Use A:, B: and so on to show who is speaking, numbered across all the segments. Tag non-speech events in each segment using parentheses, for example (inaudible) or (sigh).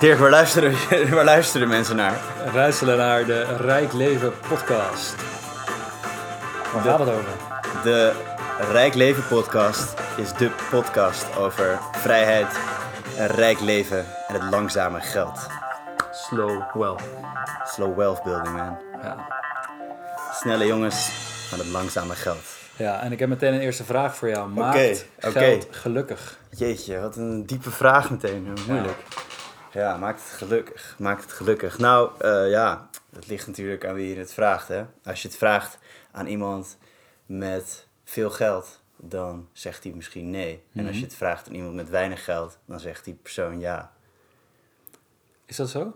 A: Dirk, waar luisteren, (laughs) waar luisteren mensen naar?
B: Ruiselen naar de Rijk Leven podcast. Waar
A: De-
B: gaat het over?
A: De Rijk Leven podcast is de podcast over vrijheid, een rijk leven en het langzame geld.
B: Slow well.
A: Slow wealth building, man.
B: Ja.
A: Snelle jongens van het langzame geld.
B: ja, en ik heb meteen een eerste vraag voor jou. Maakt
A: oké.
B: geld gelukkig?
A: Jeetje, wat een diepe vraag meteen. Hoe Moeilijk. Ja, maakt het gelukkig. Maakt het gelukkig. Nou, eh, ja, het ligt natuurlijk aan wie je het vraagt. Hè? Als je het vraagt aan iemand met veel geld, dan zegt hij misschien nee. En als je het vraagt aan iemand met weinig geld, dan zegt die persoon ja.
B: Is dat zo?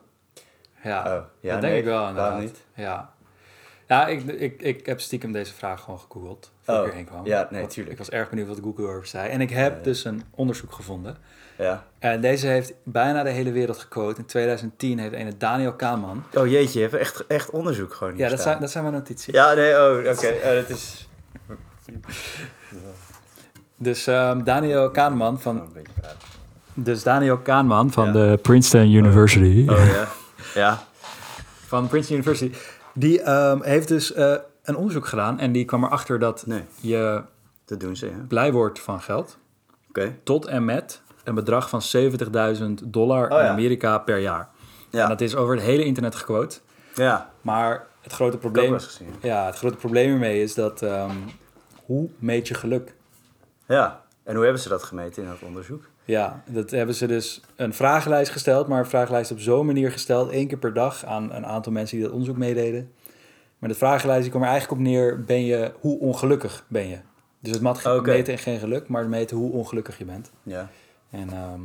B: Ja,
A: Oh, ja,
B: dat denk
A: nee,
B: ik wel
A: waarom
B: inderdaad.
A: niet?
B: Ja, ja ik, ik, ik heb stiekem deze vraag gewoon gegoogeld. Voor
A: Oh,
B: ik hierheen kwam.
A: ja, nee,
B: Want
A: tuurlijk.
B: Ik was erg benieuwd wat Google erover zei. En ik heb dus een onderzoek gevonden.
A: Ja.
B: En deze heeft bijna de hele wereld gequote. In 2010 heeft ene Daniel Kahneman.
A: Oh jeetje, je hebt echt, echt onderzoek gewoon hier
B: Ja, dat
A: staan.
B: zijn, dat zijn mijn notities.
A: Ja, nee, oh, oké. Oh, dat is...
B: Dus ehm, Daniel Kahneman
A: Oh,
B: van,
A: een beetje praten.
B: dus Daniel Kahneman van
A: Ja.
B: de Princeton University.
A: Oh ja. Ja.
B: Van Princeton University. Die ehm, heeft dus eh, een onderzoek gedaan en die kwam erachter dat
A: Nee,
B: je
A: dat doen ze, hè. Oké.
B: blij wordt van geld tot en met een bedrag van 70.000 dollar
A: Oh, ja.
B: in Amerika per jaar. En
A: Ja.
B: dat is over het hele internet gequote.
A: Ja.
B: Maar het grote
A: Ik ook
B: probleem,
A: wel eens gezien.
B: ja, het grote probleem ermee is dat ehm, hoe meet je geluk?
A: Ja, en hoe hebben ze dat gemeten in dat onderzoek?
B: Ja, dat hebben ze dus een vragenlijst gesteld, maar een vragenlijst op zo'n manier gesteld, één keer per dag aan een aantal mensen die dat onderzoek meededen. Maar de vragenlijst die kwam er eigenlijk op neer, ben je, hoe ongelukkig ben je? Dus het mat
A: Oké.
B: meten en geen geluk, maar het meten hoe ongelukkig je bent.
A: Ja.
B: En ehm,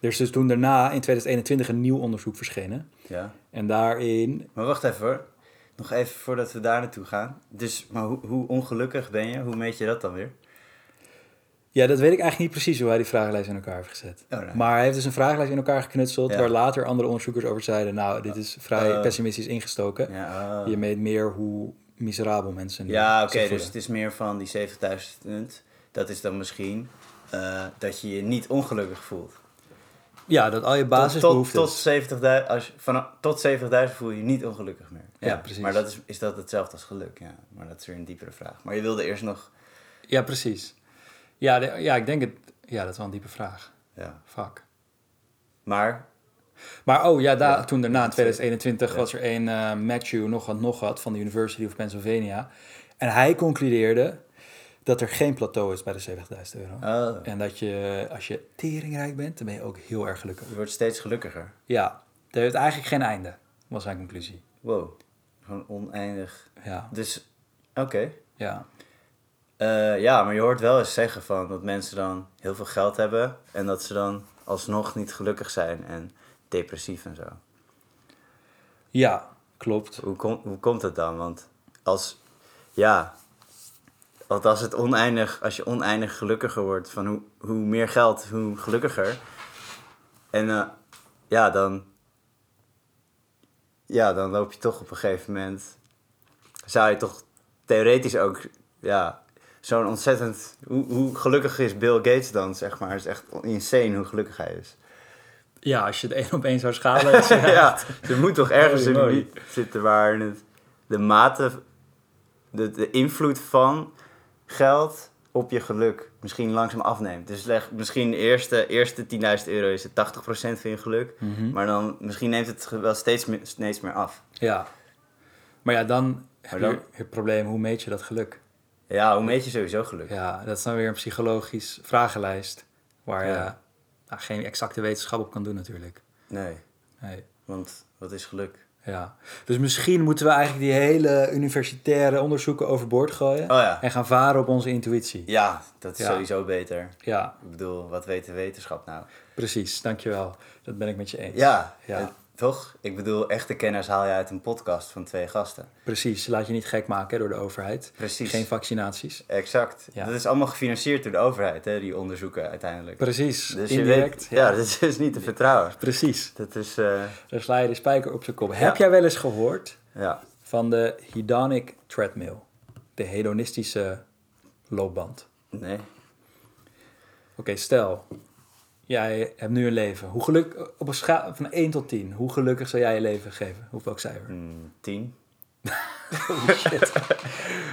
B: er is dus toen daarna in 2021 een nieuw onderzoek verschenen.
A: ja.
B: En daarin,
A: Maar wacht even hoor. Nog even voordat we daar naartoe gaan. Dus, maar hoe, hoe ongelukkig ben je? Hoe meet je dat dan weer?
B: ja, dat weet ik eigenlijk niet precies hoe hij die vragenlijst in elkaar heeft gezet.
A: Oh, nee.
B: Maar hij heeft dus een vragenlijst in elkaar geknutseld,
A: Ja.
B: waar later andere onderzoekers over zeiden, nou, dit is vrij
A: Eh.
B: pessimistisch ingestoken.
A: Ja, oh.
B: Je meet meer hoe miserabel mensen
A: ja oké,
B: zich voelen.
A: dus het is meer van die 70.000 punt. Dat is dan misschien eh, dat je je niet ongelukkig voelt.
B: Ja, dat al je
A: Tot, tot,
B: basisbehoeften...
A: tot 70.000 als je- vanaf- tot 70.000 voel je je niet ongelukkig meer.
B: Ja, precies.
A: Maar dat is, is dat hetzelfde als geluk? Ja, maar dat is weer een diepere vraag. Maar je wilde eerst nog...
B: Ja, precies. Ja, de- ja, ik denk het... Ja, dat is wel een diepe vraag.
A: Ja.
B: Fuck.
A: Maar,
B: Maar oh ja, daar,
A: Ja,
B: toen daarna, in 2021,
A: ja.
B: was er een eh, Matthew nog wat, nog wat van de University of Pennsylvania. En hij concludeerde dat er geen plateau is bij de 70.000 euro.
A: oh,
B: En dat je, als je teringrijk bent, dan ben je ook heel erg gelukkig.
A: je wordt steeds gelukkiger.
B: Ja, dat heeft eigenlijk geen einde, was zijn conclusie.
A: Wow, gewoon oneindig.
B: Ja,
A: Dus, oké.
B: ja.
A: Eh, ja, maar je hoort wel eens zeggen van dat mensen dan heel veel geld hebben en dat ze dan alsnog niet gelukkig zijn en depressief en zo.
B: Ja, klopt.
A: Hoe, kom, hoe komt dat dan? Want als, ja, want als, het oneindig, als je oneindig gelukkiger wordt van hoe, hoe meer geld, hoe gelukkiger. En eh, ja, dan, ja, dan loop je toch op een gegeven moment, zou je toch theoretisch ook, ja, zo'n ontzettend, hoe, hoe gelukkig is Bill Gates dan, zeg maar. Het is echt insane hoe gelukkig hij is.
B: Ja, als je het één op één zou schalen. is- (laughs) eh, ja.
A: ja, er moet toch ergens
B: Mooi,
A: een
B: mooi.
A: limiet zitten waar het, de mate, de, de invloed van geld op je geluk misschien langzaam afneemt. Dus leg, misschien de eerste, eerste 10.000 euro is het 80% van je geluk,
B: Mhm.
A: maar dan misschien neemt het wel steeds, meer- steeds meer af.
B: Ja. Maar ja, dan heb
A: Maar dan-
B: je het probleem, hoe meet je dat geluk?
A: Ja, hoe meet je sowieso geluk?
B: Ja, dat is dan weer een psychologisch vragenlijst waar je
A: Ja.
B: nou, geen exacte wetenschap op kan doen natuurlijk.
A: Nee,
B: Nee.
A: want wat is geluk?
B: Ja. Dus misschien moeten we eigenlijk die hele universitaire onderzoeken overboord gooien
A: Oh ja,
B: en gaan varen op onze intuïtie.
A: ja, dat is
B: Ja.
A: sowieso beter.
B: Ja,
A: Ik bedoel, wat weet de wetenschap nou?
B: precies. Dankjewel. Dat ben ik met je eens.
A: Ja,
B: Ja.
A: eh, toch? Ik bedoel, echte kennis haal je uit een podcast van twee gasten.
B: Precies. Laat je niet gek maken hè, door de overheid.
A: Precies.
B: Geen vaccinaties.
A: Exact.
B: Ja.
A: Dat is allemaal gefinancierd door de overheid, hè, die onderzoeken uiteindelijk.
B: Precies.
A: Dus je
B: Indirect.
A: weet, ja, (laughs) dat is niet te vertrouwen.
B: Precies.
A: Dat is, eh,
B: Dan sla je de spijker op zijn kop. Heb jij wel eens gehoord
A: ja.
B: van de hedonic treadmill, de hedonistische loopband.
A: Nee.
B: Oké, stel, jij hebt nu een leven. Hoe geluk, op een schaal van 1 tot 10, hoe gelukkig zou jij je leven geven? Hoe welk cijfer?
A: Mm, tien.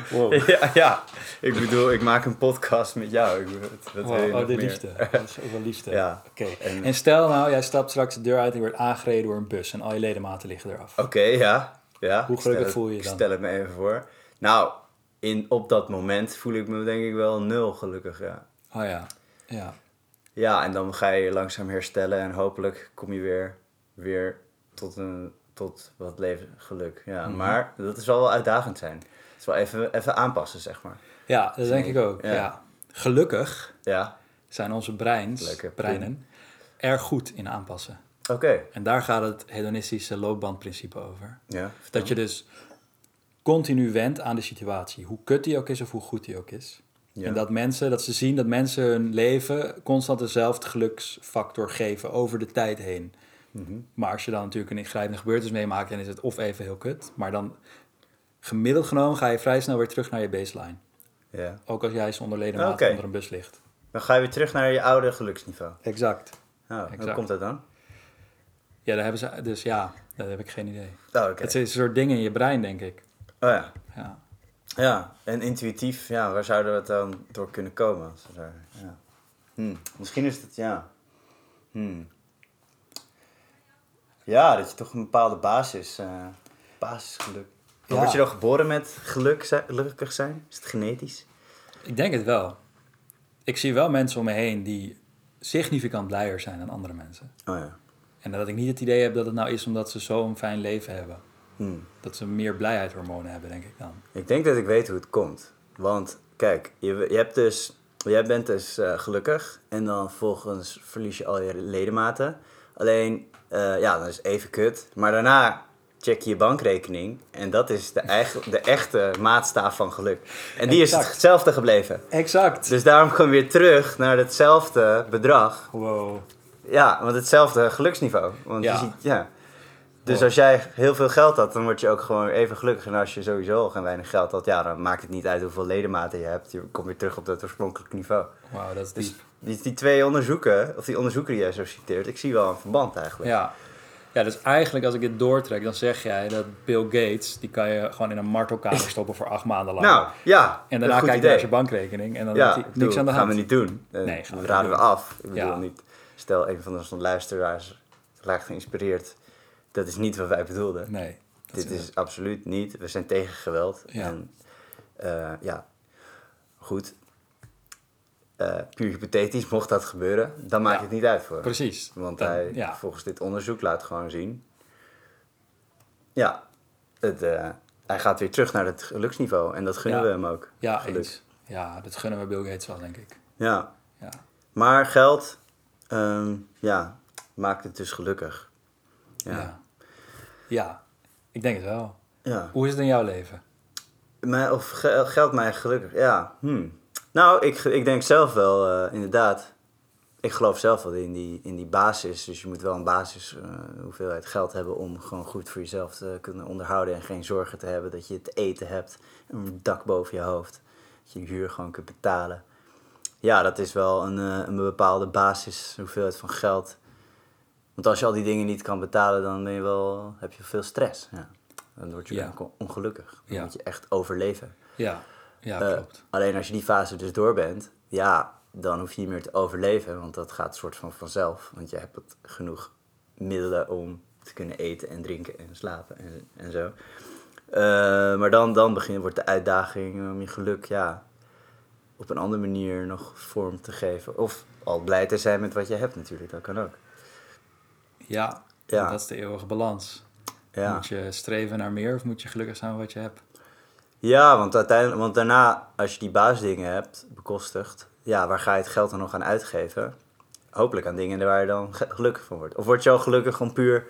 B: Wow.
A: Ja, ja, ik bedoel, ik maak een podcast met jou. Ik bedoel, dat wil je
B: Wow,
A: nog
B: oh, de
A: meer. (laughs)
B: liefde. Dat is ook wel liefde.
A: Ja.
B: Oké.
A: En-
B: En stel nou, jij stapt straks de deur uit en je wordt aangereden door een bus en al je ledematen liggen eraf.
A: Oké, ja, ja.
B: Hoe
A: Ik stel
B: gelukkig
A: het-
B: voel je je
A: ik
B: dan?
A: stel het me even voor. Nou, in, op dat moment voel ik me denk ik wel nul gelukkig, ja.
B: Oh ja. Ja.
A: Ja, en dan ga je je langzaam herstellen en hopelijk kom je weer, weer tot, een, tot wat leven geluk. Ja,
B: Mhm.
A: maar dat zal wel uitdagend zijn. Het is wel even, even aanpassen, zeg maar.
B: Ja, dat denk ik ook. Ja.
A: Ja.
B: Gelukkig
A: Ja,
B: zijn onze breins,
A: Lekker,
B: breinen erg goed in aanpassen.
A: oké.
B: En daar gaat het hedonistische loopbaanprincipe over.
A: Ja.
B: Dat je dus continu went aan de situatie, hoe kut die ook is of hoe goed die ook is.
A: Ja.
B: En dat mensen, dat ze zien dat mensen hun leven constant dezelfde geluksfactor geven over de tijd heen.
A: Mhm.
B: Maar als je dan natuurlijk een ingrijpende gebeurtenis meemaakt, dan is het of even heel kut. Maar dan gemiddeld genomen ga je vrij snel weer terug naar je baseline.
A: ja.
B: Ook als jij zonder ledematen
A: Oké.
B: onder een bus ligt.
A: Dan ga je weer terug naar je oude geluksniveau.
B: Exact.
A: Oh,
B: Exact.
A: hoe komt dat dan?
B: Ja, daar hebben ze, dus ja, daar heb ik geen idee.
A: Oh, oké.
B: Het is een soort dingen in je brein, denk ik.
A: Oh ja.
B: Ja.
A: Ja, en intuïtief, ja, waar zouden we het dan door kunnen komen? Als we daar, ja. Hm, Misschien is het, ja. Hm. Ja, dat je toch een bepaalde basis, eh, basisgeluk. Maar
B: Ja.
A: Word je dan geboren met geluk, zi- gelukkig zijn? Is het genetisch?
B: Ik denk het wel. Ik zie wel mensen om me heen die significant blijer zijn dan andere mensen.
A: Oh ja.
B: En dat ik niet het idee heb dat het nou is omdat ze zo'n fijn leven hebben.
A: Hm.
B: Dat ze meer blijheidshormonen hebben, denk ik dan.
A: Ik denk dat ik weet hoe het komt. Want kijk, je, je hebt dus, jij bent dus eh, gelukkig en dan volgens verlies je al je ledematen. Alleen, eh, ja, dat is even kut. Maar daarna check je je bankrekening en dat is de, eigen, de echte maatstaaf van geluk. En die
B: Exact.
A: is hetzelfde gebleven.
B: Exact.
A: Dus daarom kom je weer terug naar hetzelfde bedrag.
B: Wow.
A: Ja, want hetzelfde geluksniveau. Want
B: Ja.
A: Je ziet, ja. Dus
B: Wow.
A: als jij heel veel geld had, dan word je ook gewoon even gelukkig. En als je sowieso al geen weinig geld had, ja, dan maakt het niet uit hoeveel ledematen je hebt. Je komt weer terug op dat oorspronkelijke niveau.
B: Wauw, dat is
A: Dus
B: diep.
A: die, die twee onderzoeken, of die onderzoeken die jij zo citeert, ik zie wel een verband eigenlijk.
B: Ja. ja, dus eigenlijk als ik dit doortrek, dan zeg jij dat Bill Gates... die kan je gewoon in een
A: (laughs)
B: martelkamer stoppen voor acht maanden lang.
A: Nou, ja.
B: en
A: dat is
B: daarna
A: een
B: kijk
A: goed
B: je
A: idee.
B: naar zijn bankrekening en dan heeft
A: Ja,
B: hij
A: ik
B: niks
A: bedoel,
B: aan de
A: gaan
B: hand.
A: we niet doen. Eh,
B: Nee, gaan we
A: dat raden
B: niet
A: we
B: doen.
A: af. Ik bedoel
B: Ja.
A: niet, stel een van onze luisteraars raakt geïnspireerd. Dat is niet wat wij bedoelden.
B: Nee. dat
A: Dit
B: is-
A: is absoluut niet. We zijn tegen geweld.
B: Ja.
A: En eh, ja, goed. Eh, puur hypothetisch, (laughs) mocht dat gebeuren, dan maakt
B: Ja.
A: het niet uit voor hem.
B: Precies.
A: Want
B: Dan-
A: hij,
B: ja.
A: volgens dit onderzoek, laat gewoon zien. Ja, het, eh, hij gaat weer terug naar het geluksniveau. En dat gunnen
B: Ja.
A: we hem ook.
B: Ja,
A: geluk.
B: eens. Ja, dat gunnen we Bill Gates wel, denk ik.
A: Ja,
B: Ja.
A: maar geld, ehm, ja, maakt het dus gelukkig.
B: Ja.
A: Ja.
B: ja. ik denk het wel.
A: ja.
B: Hoe is het in jouw leven?
A: Mij, of ge- geldt mij gelukkig? Ja. hmm. Nou, ik, ik denk zelf wel, eh, inderdaad. Ik geloof zelf wel in die, in die basis. Dus je moet wel een basis eh, hoeveelheid geld hebben om gewoon goed voor jezelf te kunnen onderhouden. En geen zorgen te hebben dat je te eten hebt. Een dak boven je hoofd. Dat je je huur gewoon kunt betalen. Ja, dat is wel een, eh, een bepaalde basis hoeveelheid van geld. Want als je al die dingen niet kan betalen, dan ben je wel, heb je veel stress. Ja. Dan word je
B: Ja.
A: ook ongelukkig. Dan
B: Ja.
A: moet je echt overleven.
B: Ja, ja
A: Eh,
B: klopt.
A: Alleen als je die fase dus door bent, ja, dan hoef je niet meer te overleven, want dat gaat soort van vanzelf. Want je hebt het genoeg middelen om te kunnen eten en drinken en slapen en, en zo. Eh, maar dan, dan begin, wordt de uitdaging om je geluk ja, op een andere manier nog vorm te geven. Of al blij te zijn met wat je hebt natuurlijk, dat kan ook.
B: Ja,
A: ja.
B: dat is de eeuwige balans.
A: Ja.
B: Moet je streven naar meer of moet je gelukkig zijn met wat je hebt?
A: Ja, want, uiteindelijk, want daarna, als je die baasdingen hebt bekostigd, ja, waar ga je het geld dan nog aan uitgeven? Hopelijk aan dingen waar je dan ge- gelukkig van wordt. Of word je al gelukkig om puur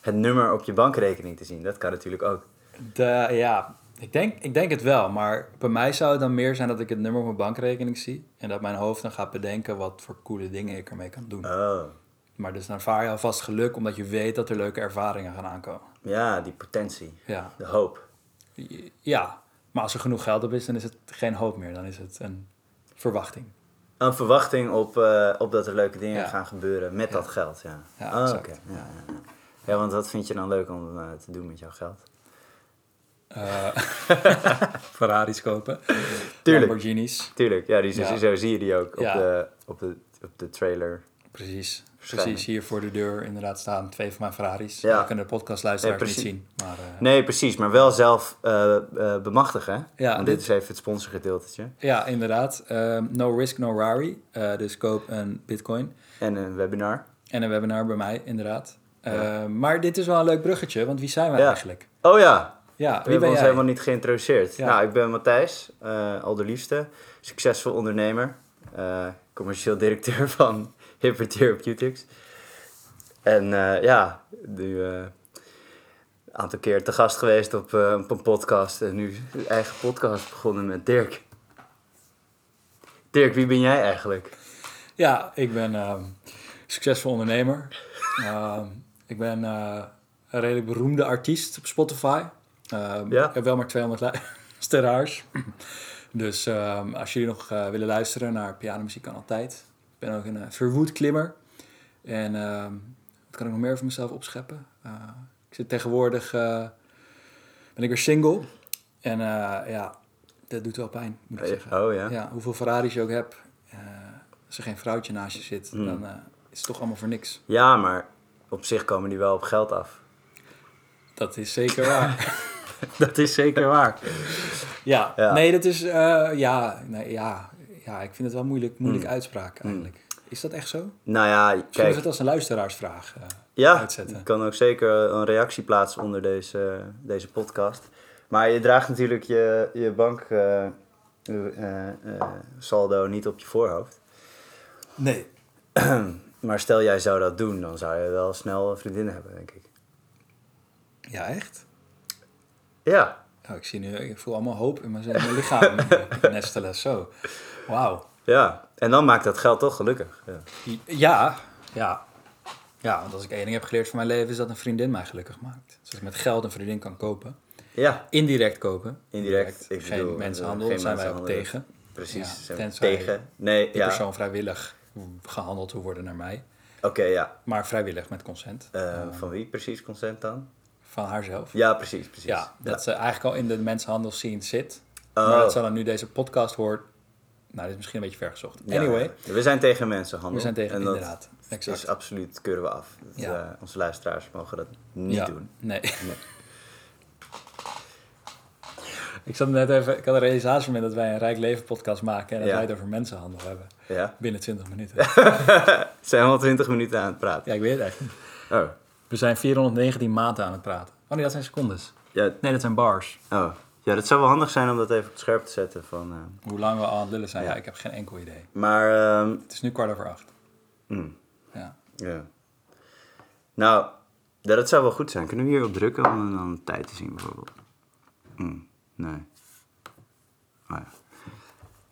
A: het nummer op je bankrekening te zien? Dat kan natuurlijk ook.
B: De, ja, ik denk, ik denk het wel. Maar bij mij zou het dan meer zijn dat ik het nummer op mijn bankrekening zie. En dat mijn hoofd dan gaat bedenken wat voor coole dingen ik ermee kan doen.
A: Oh,
B: Maar dus dan ervaar je alvast geluk omdat je weet dat er leuke ervaringen gaan aankomen.
A: ja, die potentie,
B: Ja,
A: de hoop.
B: ja. maar als er genoeg geld op is, dan is het geen hoop meer. Dan is het een verwachting.
A: een verwachting op, eh, op dat er leuke dingen
B: Ja.
A: gaan gebeuren met
B: Ja.
A: dat geld. Ja,
B: Ja,
A: Ah,
B: exact.
A: oké. ja, ja, ja. ja, want wat vind je dan leuk om eh, te doen met jouw geld?
B: Eh, Ferraris (laughs) kopen.
A: Tuurlijk,
B: Lamborghinis.
A: tuurlijk. Ja, die, zo-
B: Ja.
A: zo zie je die ook op,
B: Ja.
A: de, op, de, op de trailer.
B: Precies. Precies,
A: Waarschijnlijk.
B: hier voor de deur inderdaad staan twee van mijn Ferraris.
A: Ja.
B: Ja. kunnen de podcastluisteraars
A: Ja,
B: niet
A: precies.
B: zien. Maar, eh,
A: Nee, precies, maar wel zelf eh, eh, bemachtigen. hè?
B: Ja,
A: Want dit is even het sponsorgedeeltetje.
B: Ja, inderdaad. Ehm, no risk, no rari. Eh, dus koop een bitcoin.
A: En een webinar.
B: En een webinar bij mij, inderdaad.
A: Ja.
B: Ehm, maar dit is wel een leuk bruggetje, want wie zijn wij
A: Ja.
B: eigenlijk?
A: Oh ja,
B: Ja,
A: We
B: wie
A: hebben
B: ben
A: ons
B: jij?
A: helemaal niet geïntroduceerd.
B: Ja.
A: Nou, ik ben Matthijs, eh al de liefste. Succesvol ondernemer. eh, commercieel directeur (laughs) van Hipper Therapeutics. En eh, ja, nu eh, een aantal keer te gast geweest op, eh, op een podcast. En nu een eigen podcast begonnen met Dirk. Dirk, wie ben jij eigenlijk?
B: Ja, ik ben ehm, succesvol ondernemer. Ehm, ik ben eh, een redelijk beroemde artiest op Spotify. Ehm,
A: Ja.
B: Ik heb wel maar 200 (laughs) luisteraars. dus ehm, als jullie nog eh, willen luisteren naar pianomuziek kan altijd. Ik ben ook een eh, verwoed klimmer. En ehm, wat kan ik nog meer voor mezelf opscheppen? Eh, ik zit tegenwoordig... eh, ben ik weer single. En eh, ja, dat doet wel pijn, moet ik zeggen.
A: Oh ja.
B: Ja, hoeveel Ferraris je ook hebt, eh, als er geen vrouwtje naast je zit,
A: Hmm.
B: dan eh, is het toch allemaal voor niks.
A: Ja, maar op zich komen die wel op geld af.
B: Dat is zeker waar.
A: (laughs)
B: (laughs)
A: Dat is zeker waar.
B: ja.
A: Ja.
B: nee, dat is, eh, ja, nee, ja, ja, ik vind het wel moeilijk, moeilijk uitspraak eigenlijk. Is dat echt zo?
A: Nou ja,
B: Zullen
A: Mm. kijk.
B: we het als een luisteraarsvraag eh,
A: Ja,
B: uitzetten?
A: ik kan ook zeker een reactie plaatsen onder deze, deze podcast. Maar je draagt natuurlijk je, je bank eh, eh, eh, saldo niet op je voorhoofd.
B: Nee.
A: Maar stel jij zou dat doen, dan zou je wel snel een vriendin hebben, denk ik.
B: Ja, echt?
A: Ja,
B: Oh, ik zie nu, ik voel allemaal hoop in mijn, in mijn lichaam eh, (laughs) nestelen, zo. Wauw.
A: ja. En dan maakt dat geld toch gelukkig. Ja,
B: Ja, ja. Ja, want als ik één ding heb geleerd van mijn leven is dat een vriendin mij gelukkig maakt. Dus als ik met geld een vriendin kan kopen.
A: ja
B: Indirect kopen.
A: Indirect, ik
B: geen
A: bedoel, eh,
B: mensenhandel,
A: geen
B: daar zijn wij ook
A: mensenhandel.
B: tegen.
A: precies.
B: Ja,
A: Zijn we
B: tenzij
A: tegen. Nee,
B: Die
A: ja. Oké,
B: persoon vrijwillig gehandeld te worden naar mij.
A: ja.
B: Maar vrijwillig met consent.
A: Eh, van wie precies consent dan?
B: Van haarzelf.
A: Ja, precies, precies.
B: Ja, dat ze eigenlijk al in de mensenhandel scene zit.
A: Oh.
B: Maar dat ze dan nu deze podcast hoort. Nou, dit is misschien een beetje vergezocht.
A: Ja,
B: Anyway,
A: ja. we zijn tegen mensenhandel.
B: we zijn tegen,
A: En dat-
B: inderdaad. Exact.
A: is absoluut keuren we af. Dat,
B: Ja.
A: eh, onze luisteraars mogen dat niet
B: Ja,
A: doen.
B: Nee. (laughs) ik zat net even, ik had een realisatie met dat wij een Rijk Leven podcast maken en dat
A: Ja.
B: wij het over mensenhandel hebben.
A: Ja.
B: Binnen 20 minuten.
A: (laughs) Zijn we al 20 minuten aan het praten?
B: ja, ik weet het echt niet.
A: Oh.
B: We zijn 419 maten aan het praten. Oh nee, dat zijn secondes.
A: Ja,
B: Nee, dat zijn bars.
A: oh. ja, dat zou wel handig zijn om dat even op het scherp te zetten. Van, eh,
B: Hoe lang we al aan het lullen zijn, ja, ik heb geen enkel idee.
A: Maar, ehm,
B: Het is nu kwart over acht.
A: mm,
B: Ja.
A: ja. Nou, ja, dat zou wel goed zijn. Kunnen we hierop drukken om dan de tijd te zien, bijvoorbeeld? Mm, nee. Oh, ja.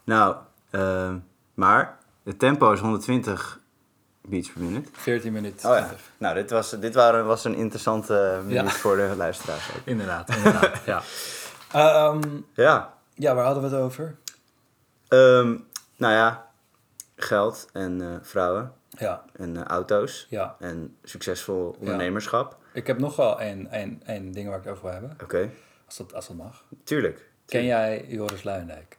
A: Nou, ehm, maar het tempo is 120 beats per minute.
B: 14 minuten.
A: Oh ja. Nou, dit was, dit waren, was een interessante eh, minuut
B: Ja.
A: voor de luisteraars ook.
B: Inderdaad, (laughs) inderdaad. ja. Ehm,
A: Ja.
B: ja, waar hadden we het over?
A: ehm, nou ja, geld en eh, vrouwen
B: Ja,
A: en eh, auto's
B: ja.
A: en succesvol ondernemerschap.
B: Ik heb nog wel één, één, één ding waar ik het over wil hebben.
A: Oké,
B: Als dat, als dat mag.
A: tuurlijk.
B: Ken jij Joris Luijendijk?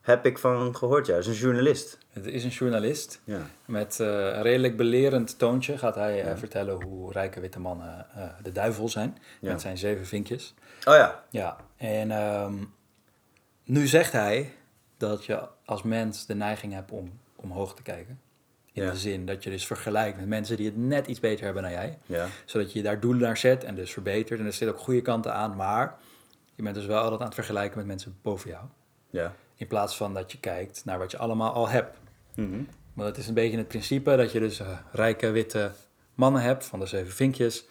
A: Heb ik van gehoord, ja. Is een journalist.
B: Het is een journalist.
A: Ja.
B: Met eh, een redelijk belerend toontje gaat hij eh, vertellen hoe rijke witte mannen eh, de duivel zijn.
A: Ja.
B: Met zijn zeven vinkjes.
A: Oh ja.
B: Ja, en ehm, nu zegt hij dat je als mens de neiging hebt om omhoog te kijken. In
A: Ja.
B: de zin dat je dus vergelijkt met mensen die het net iets beter hebben dan jij.
A: Ja.
B: Zodat je daar doelen naar zet en dus verbetert. En er zitten ook goede kanten aan, maar je bent dus wel altijd aan het vergelijken met mensen boven jou.
A: Ja.
B: In plaats van dat je kijkt naar wat je allemaal al hebt.
A: Mhm.
B: Maar het is een beetje het principe dat je dus eh, rijke witte mannen hebt van de zeven vinkjes.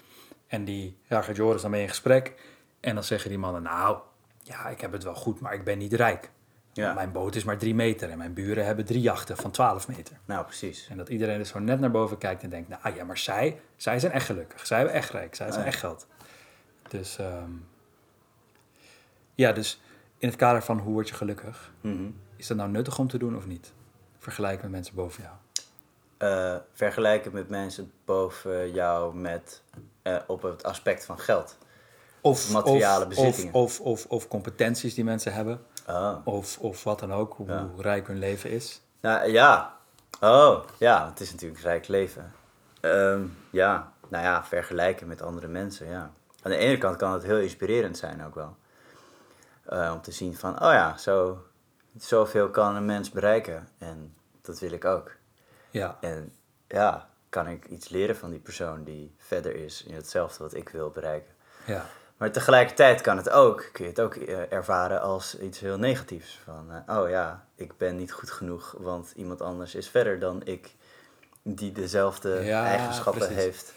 B: En die, ja, gaat Joris dan mee in gesprek. En dan zeggen die mannen, nou, ja, ik heb het wel goed, maar ik ben niet rijk.
A: Ja.
B: Mijn boot is maar drie meter en mijn buren hebben drie jachten van twaalf meter.
A: Nou, precies.
B: En dat iedereen dus gewoon net naar boven kijkt en denkt, nou ja, maar zij, zij zijn echt gelukkig. Zij hebben echt rijk, zij
A: Ah
B: zijn echt geld. Dus, ehm, ja, dus in het kader van hoe word je gelukkig,
A: Mhm.
B: is dat nou nuttig om te doen of niet? Vergelijk met mensen boven jou.
A: eh, vergelijken met mensen boven jou met, eh, op het aspect van geld.
B: Of
A: Materiale
B: of,
A: bezittingen.
B: Of, of, of, of competenties die mensen hebben.
A: Oh.
B: Of, of wat dan ook, hoe,
A: Ja.
B: hoe rijk hun leven is.
A: Nou ja. Oh, ja, het is natuurlijk een rijk leven. Ehm, ja, nou ja, vergelijken met andere mensen, ja. Aan de ene kant kan het heel inspirerend zijn ook wel. Eh, om te zien van, oh ja, zo, zoveel kan een mens bereiken. En dat wil ik ook.
B: Ja,
A: En ja, kan ik iets leren van die persoon die verder is in hetzelfde wat ik wil bereiken.
B: ja.
A: Maar tegelijkertijd kan het ook, kun je het ook eh, ervaren als iets heel negatiefs. Van, eh, oh ja, ik ben niet goed genoeg, want iemand anders is verder dan ik, die dezelfde
B: Ja,
A: eigenschappen
B: precies.
A: heeft.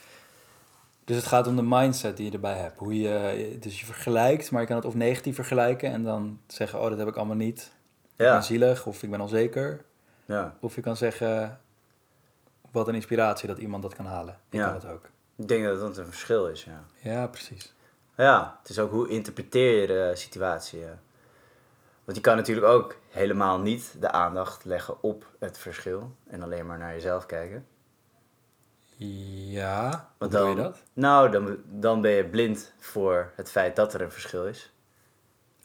B: Dus het gaat om de mindset die je erbij hebt. Hoe je, dus je vergelijkt, maar je kan het of negatief vergelijken en dan zeggen, oh dat heb ik allemaal niet. Ik
A: Ja,
B: ben zielig of ik ben onzeker.
A: ja,
B: Of je kan zeggen, wat een inspiratie dat iemand dat kan halen. Ik
A: Ja.
B: kan dat ook.
A: ik denk dat dat een verschil is, ja.
B: Ja, precies.
A: Ja, het is ook hoe interpreteer je de situatie. ja. Want je kan natuurlijk ook helemaal niet de aandacht leggen op het verschil en alleen maar naar jezelf kijken.
B: Ja, hoe
A: Want
B: doe je
A: dan-
B: dat?
A: Nou, dan, dan ben je blind voor het feit dat er een verschil is.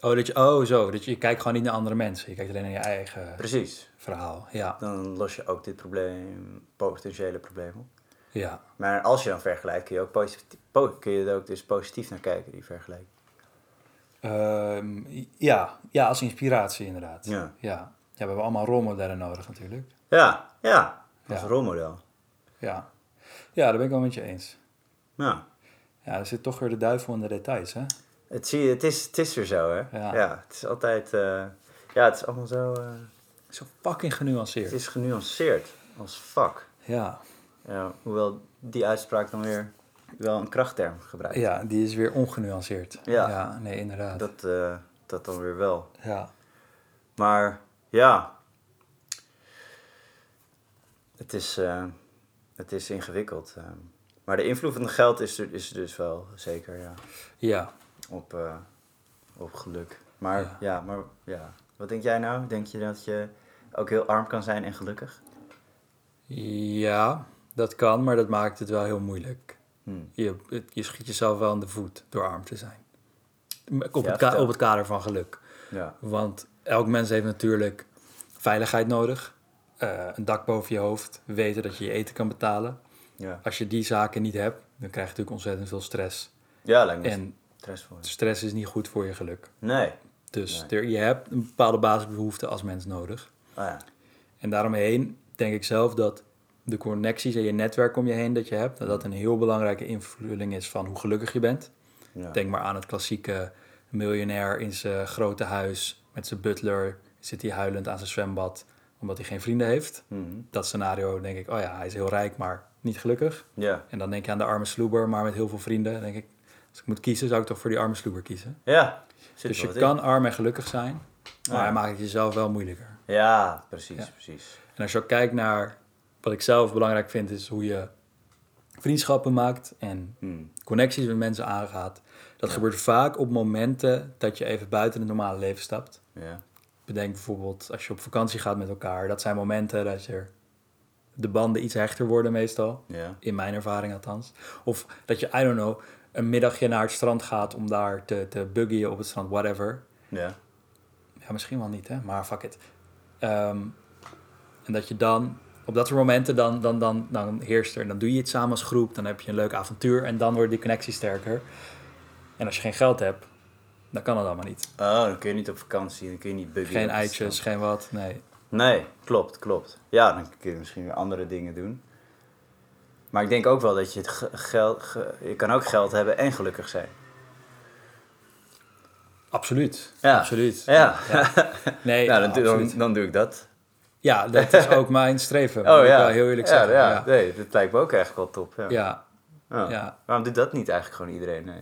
B: Oh, dat je, oh zo, dat je, je kijkt gewoon niet naar andere mensen. Je kijkt alleen naar je eigen
A: Precies.
B: verhaal. Ja,
A: Dan los je ook dit probleem, potentiële probleem op.
B: ja.
A: Maar als je dan vergelijkt, kun je, ook positief, po- kun je er ook dus positief naar kijken, die vergelijking.
B: Ehm, ja. ja, als inspiratie inderdaad.
A: Ja.
B: Ja. ja, we hebben allemaal rolmodellen nodig natuurlijk.
A: Ja, ja. Als
B: Ja.
A: rolmodel.
B: Ja. ja, daar ben ik wel met je eens.
A: Ja.
B: Ja, er zit toch weer de duivel in de details, hè?
A: Het, zie je, het, is, het is weer zo, hè?
B: Ja.
A: het is altijd... eh, ja, het is allemaal zo... eh,
B: Zo fucking
A: het
B: genuanceerd.
A: is genuanceerd als fuck.
B: Ja.
A: Ja, hoewel die uitspraak dan weer wel een krachtterm gebruikt.
B: ja, die is weer ongenuanceerd.
A: Ja.
B: nee, inderdaad.
A: Dat, eh, dat dan weer wel.
B: Ja.
A: Maar ja, het is, eh, het is ingewikkeld. eh. maar de invloed van het geld is er, is er dus wel zeker ja,
B: Ja.
A: op, eh, op geluk. Maar ja.
B: Ja.
A: maar ja. Wat denk jij nou? Denk je dat je ook heel arm kan zijn en gelukkig?
B: Ja, dat kan, maar dat maakt het wel heel moeilijk.
A: Hm.
B: Je, het- je schiet jezelf wel aan de voet door arm te zijn. Op,
A: Ja,
B: het, ka-
A: vertel.
B: op het kader van geluk.
A: Ja.
B: Want elk mens heeft natuurlijk veiligheid nodig. eh, een dak boven je hoofd. Weten dat je je eten kan betalen.
A: Ja,
B: Als je die zaken niet hebt, dan krijg je natuurlijk ontzettend veel stress.
A: ja lijkt me
B: En
A: stressvol.
B: stress is niet goed voor je geluk.
A: Nee.
B: Dus
A: Nee.
B: er, je hebt een bepaalde basisbehoefte als mens nodig.
A: Ah ja.
B: En daaromheen denk ik zelf dat de connecties en je netwerk om je heen dat je hebt, dat dat een heel belangrijke invulling is van hoe gelukkig je bent.
A: Ja.
B: Denk maar aan het klassieke miljonair in zijn grote huis met zijn butler, zit hij huilend aan zijn zwembad omdat hij geen vrienden heeft.
A: Mhm.
B: Dat scenario denk ik, oh ja, hij is heel rijk, maar niet gelukkig.
A: ja.
B: En dan denk je aan de arme sloeber, maar met heel veel vrienden. Dan denk ik, als ik moet kiezen, zou ik toch voor die arme sloeber kiezen.
A: Ja. Zit
B: Dus
A: er
B: je
A: wat in.
B: kan arm en gelukkig zijn, maar
A: Ja.
B: hij maakt het jezelf wel moeilijker.
A: Ja, precies,
B: Ja.
A: precies.
B: En als je ook kijkt naar wat ik zelf belangrijk vind, is hoe je vriendschappen maakt en
A: Hm.
B: connecties met mensen aangaat. Dat gebeurt vaak op momenten dat je even buiten het normale leven stapt.
A: Ja.
B: Bedenk bijvoorbeeld als je op vakantie gaat met elkaar. Dat zijn momenten dat je de banden iets hechter worden meestal.
A: Ja.
B: In mijn ervaring althans. Of dat je, I don't know, een middagje naar het strand gaat om daar te, te buggyen op het strand, whatever.
A: Ja.
B: Ja, misschien wel niet, hè? maar fuck it. Ehm, en dat je dan, op dat soort momenten, dan, dan, dan, dan heerst er. En dan doe je het samen als groep, dan heb je een leuk avontuur en dan wordt die connectie sterker. En als je geen geld hebt, dan kan dat allemaal niet.
A: Oh, dan kun je niet op vakantie, dan kun je niet buggy.
B: Geen
A: op het
B: eitjes, geen wat, nee.
A: Nee, klopt, klopt. Ja, dan kun je misschien weer andere dingen doen. Maar ik denk ook wel dat je het ge- geld. ge- je kan ook geld hebben en gelukkig zijn.
B: Absoluut,
A: Ja.
B: absoluut.
A: Ja, (laughs)
B: Nee,
A: nou,
B: ja,
A: dan, doe- dan,
B: absoluut.
A: dan doe ik dat.
B: Ja, dat is ook mijn streven.
A: Oh
B: moet ik
A: ja.
B: wel heel eerlijk
A: ja,
B: zeggen.
A: Ja,
B: Ja, ja.
A: nee, dat lijkt me ook echt wel top. Ja.
B: ja.
A: Ja. Waarom doet dat niet eigenlijk gewoon iedereen? Nee.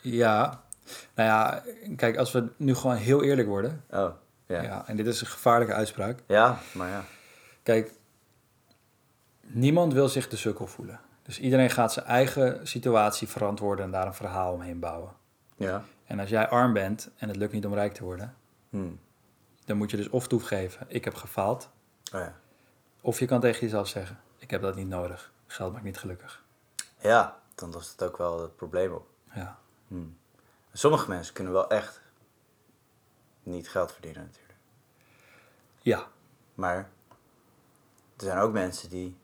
B: ja. Nou ja, kijk, als we nu gewoon heel eerlijk worden.
A: Oh, ja. ja.
B: ja, en dit is een gevaarlijke uitspraak.
A: maar ja.
B: Kijk, niemand wil zich de sukkel voelen. Dus iedereen gaat zijn eigen situatie verantwoorden en daar een verhaal omheen bouwen.
A: Ja.
B: En als jij arm bent en het lukt niet om rijk te worden,
A: Hm.
B: dan moet je dus of toegeven, ik heb gefaald.
A: Oh ja.
B: Of je kan tegen jezelf zeggen, ik heb dat niet nodig. Geld maakt niet gelukkig.
A: ja, dan lost het ook wel het probleem op.
B: Ja.
A: Hmm. Sommige mensen kunnen wel echt niet geld verdienen natuurlijk.
B: Ja.
A: Maar er zijn ook mensen die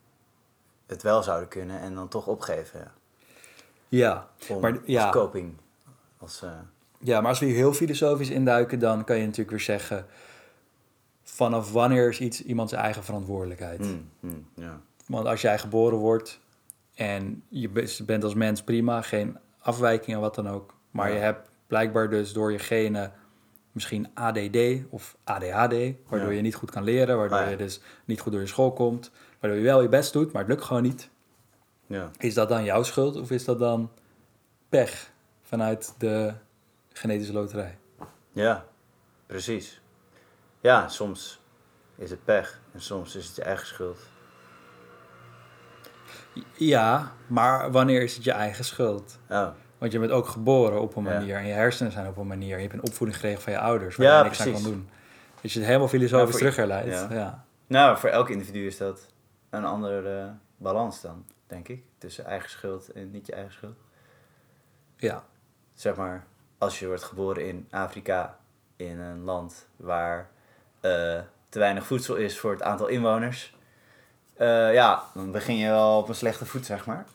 A: het wel zouden kunnen en dan toch opgeven. Ja.
B: Ja.
A: Om,
B: Maar, ja.
A: Als coping. Als, eh,
B: ja, maar als we hier heel filosofisch induiken, dan kan je natuurlijk weer zeggen... vanaf wanneer is iets iemand zijn eigen verantwoordelijkheid?
A: mm, mm, ja.
B: Want als jij geboren wordt en je be- bent als mens prima, geen afwijkingen, wat dan ook. Maar
A: Ja.
B: je hebt blijkbaar dus door je genen misschien ADD of ADHD, waardoor
A: Ja.
B: je niet goed kan leren, waardoor
A: Ah, ja.
B: je dus niet goed door je school komt, waardoor je wel je best doet, maar het lukt gewoon niet.
A: Ja.
B: Is dat dan jouw schuld of is dat dan pech vanuit de genetische loterij?
A: ja, precies. Ja, soms is het pech en soms is het je eigen schuld.
B: Ja, maar wanneer is het je eigen schuld?
A: Oh,
B: Want je bent ook geboren op een
A: Ja.
B: manier. En je hersenen zijn op een manier. Je hebt een opvoeding gekregen van je ouders. Waar
A: Ja,
B: je niks aan
A: precies.
B: kan doen. Dus je het helemaal filosofisch
A: Ja, voor-
B: terug herleidt.
A: ja.
B: Ja.
A: Nou, voor elk individu is dat een andere eh, balans dan, denk ik. Tussen eigen schuld en niet je eigen schuld.
B: Ja.
A: Zeg maar, als je wordt geboren in Afrika, in een land waar eh, te weinig voedsel is voor het aantal inwoners. eh, ja, dan begin je wel op een slechte voet, zeg maar.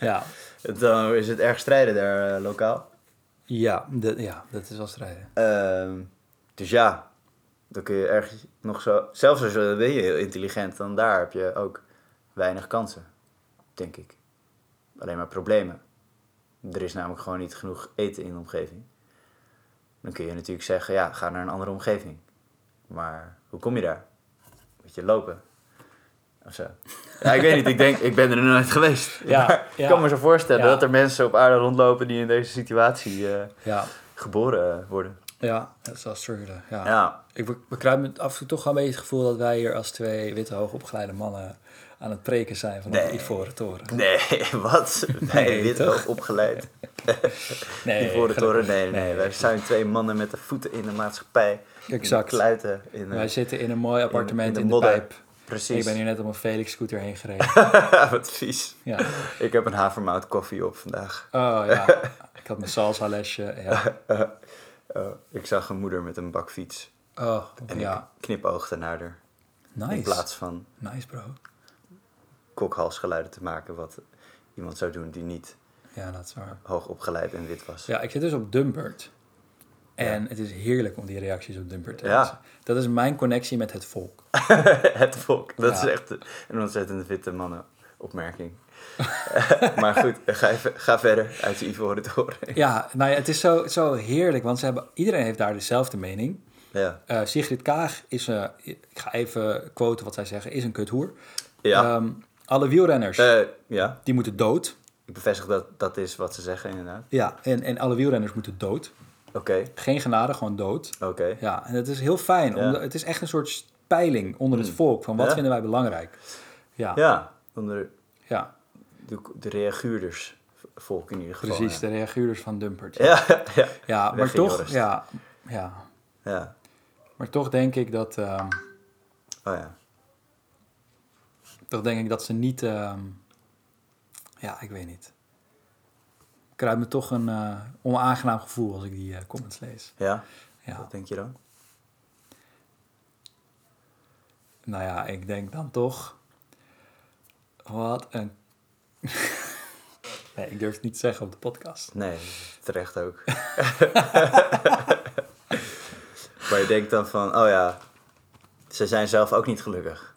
B: Ja.
A: (laughs) Dan is het erg strijden daar eh, lokaal.
B: Ja, dat- ja, dat is wel strijden.
A: Ehm, dus ja, dan kun je ergens nog zo... Zelfs als je, ben je heel intelligent, dan daar heb je ook weinig kansen, denk ik. Alleen maar problemen. Er is namelijk gewoon niet genoeg eten in de omgeving. Dan kun je natuurlijk zeggen, ja, ga naar een andere omgeving. Maar hoe kom je daar? Moet je lopen? Of zo. Ja, ik weet niet, ik denk, ik ben er nog nooit geweest.
B: (laughs) Ja,
A: Maar
B: ja.
A: ik kan me zo voorstellen
B: Ja.
A: dat er mensen op aarde rondlopen die in deze situatie eh,
B: Ja.
A: geboren eh, worden.
B: Ja, dat is wel struggelen. Ja.
A: Ja,
B: Ik be- bekruip me af en toe toch wel een beetje het gevoel dat wij hier als twee witte hoogopgeleide mannen aan het preken zijn van de
A: Nee.
B: Ivoren Toren.
A: nee, (laughs) wat? Wij
B: Nee,
A: wit
B: toch?
A: ook opgeleid.
B: Nee,
A: Die voor de toren,
B: gelukkig.
A: nee, nee. Wij zijn twee mannen met de voeten in de maatschappij.
B: (laughs) Exact.
A: In de kluiten. eh, In de-
B: Wij zitten in een mooi appartement in
A: de
B: de,
A: modder.
B: pijp. Ik
A: Precies.
B: ben hier net op een Felix scooter heen
A: (laughs)
B: gereden.
A: wat vies.
B: ja.
A: Ik heb een havermout koffie op vandaag.
B: Oh ja, ik had mijn salsa lesje. Ja.
A: Eh, ik zag een moeder met een bakfiets.
B: Oh,
A: En
B: ja.
A: ik knipoogde naar haar. In
B: Nice.
A: plaats van
B: Nice bro.
A: kokhalsgeluiden te maken. Wat iemand zou doen die niet
B: Ja, dat is waar.
A: hoogopgeleid en wit was.
B: Ja, ik zit dus op Dumpert. En het is heerlijk om die reacties op Dumpert te
A: Ja.
B: lezen. Dat is mijn connectie met het volk.
A: (laughs) het volk. Dat
B: Ja.
A: is echt een ontzettend witte mannen opmerking. (laughs) maar goed, ga, even, ga verder uit je ivoren toren.
B: Ja, nou ja, het is zo, zo heerlijk, want ze hebben, iedereen heeft daar dezelfde mening.
A: Ja.
B: Eh, Sigrid Kaag is, eh, ik ga even quoten wat zij zeggen, is een kuthoer.
A: Ja.
B: Ehm, alle wielrenners,
A: Eh, ja,
B: die moeten dood.
A: ik bevestig dat dat is wat ze zeggen inderdaad.
B: Ja, en, en alle wielrenners moeten dood.
A: Oké,
B: Geen genade, gewoon dood.
A: oké.
B: Ja, en het is heel fijn.
A: Ja. Mm.
B: Omdat, het is echt een soort peiling onder het volk van wat
A: Ja.
B: vinden wij belangrijk. Ja, ja.
A: Ja, onder de, de reaguurders volk in ieder geval.
B: precies.
A: Ja,
B: De reaguurders van Dumpert. Ja,
A: ja, (laughs) ja.
B: maar
A: Weg in
B: toch,
A: Joris.
B: ja, ja,
A: ja.
B: maar toch denk ik dat, ehm,
A: Oh ja.
B: toch denk ik dat ze niet, ehm, ja, ik weet niet. Kruipt me toch een eh, onaangenaam gevoel als ik die eh, comments lees.
A: Ja,
B: Ja.
A: wat denk je dan?
B: Nou ja, ik denk dan toch. Wat een. (laughs) nee, ik durf het niet te zeggen op de podcast.
A: Nee, terecht ook. (laughs) maar je denkt dan van, oh ja, ze zijn zelf ook niet gelukkig.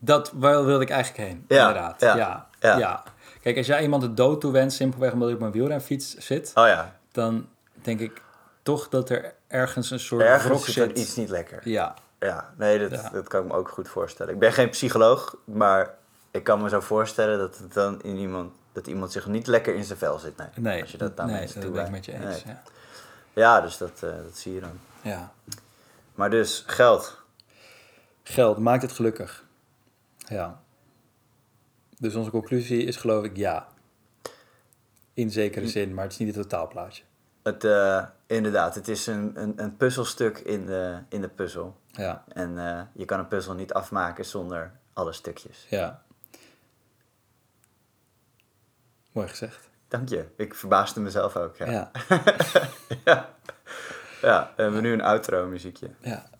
B: Dat wel wilde ik eigenlijk heen.
A: Ja,
B: inderdaad.
A: ja,
B: Ja, ja,
A: ja.
B: Kijk, als jij iemand de dood toewenst, simpelweg omdat je op een wielrenfiets zit,
A: Oh ja,
B: dan denk ik toch dat er ergens een soort wrok
A: ergens is er
B: zit.
A: iets niet lekker.
B: Ja,
A: Ja, nee, dat,
B: Ja.
A: dat kan ik me ook goed voorstellen. Ik ben geen psycholoog, maar ik kan me zo voorstellen dat het dan in iemand dat iemand zich niet lekker in zijn vel zit. Nee,
B: nee,
A: als je dat aan
B: nee,
A: mensen
B: dat ben ik
A: toewijdt.
B: met je eens.
A: Nee.
B: Ja.
A: Ja, dus dat, eh, dat zie je dan.
B: Ja.
A: Maar dus geld.
B: Geld maakt het gelukkig. Ja. Dus onze conclusie is geloof ik ja. In zekere zin, maar het is niet het totaalplaatje.
A: Eh, Het, eh, inderdaad, het is een, een, een puzzelstuk in de, in de puzzel.
B: Ja,
A: En eh, je kan een puzzel niet afmaken zonder alle stukjes.
B: ja. Mooi gezegd.
A: Dank je. Ik verbaasde mezelf ook. Ja.
B: Ja,
A: Ja, we hebben nu een outro muziekje.
B: ja.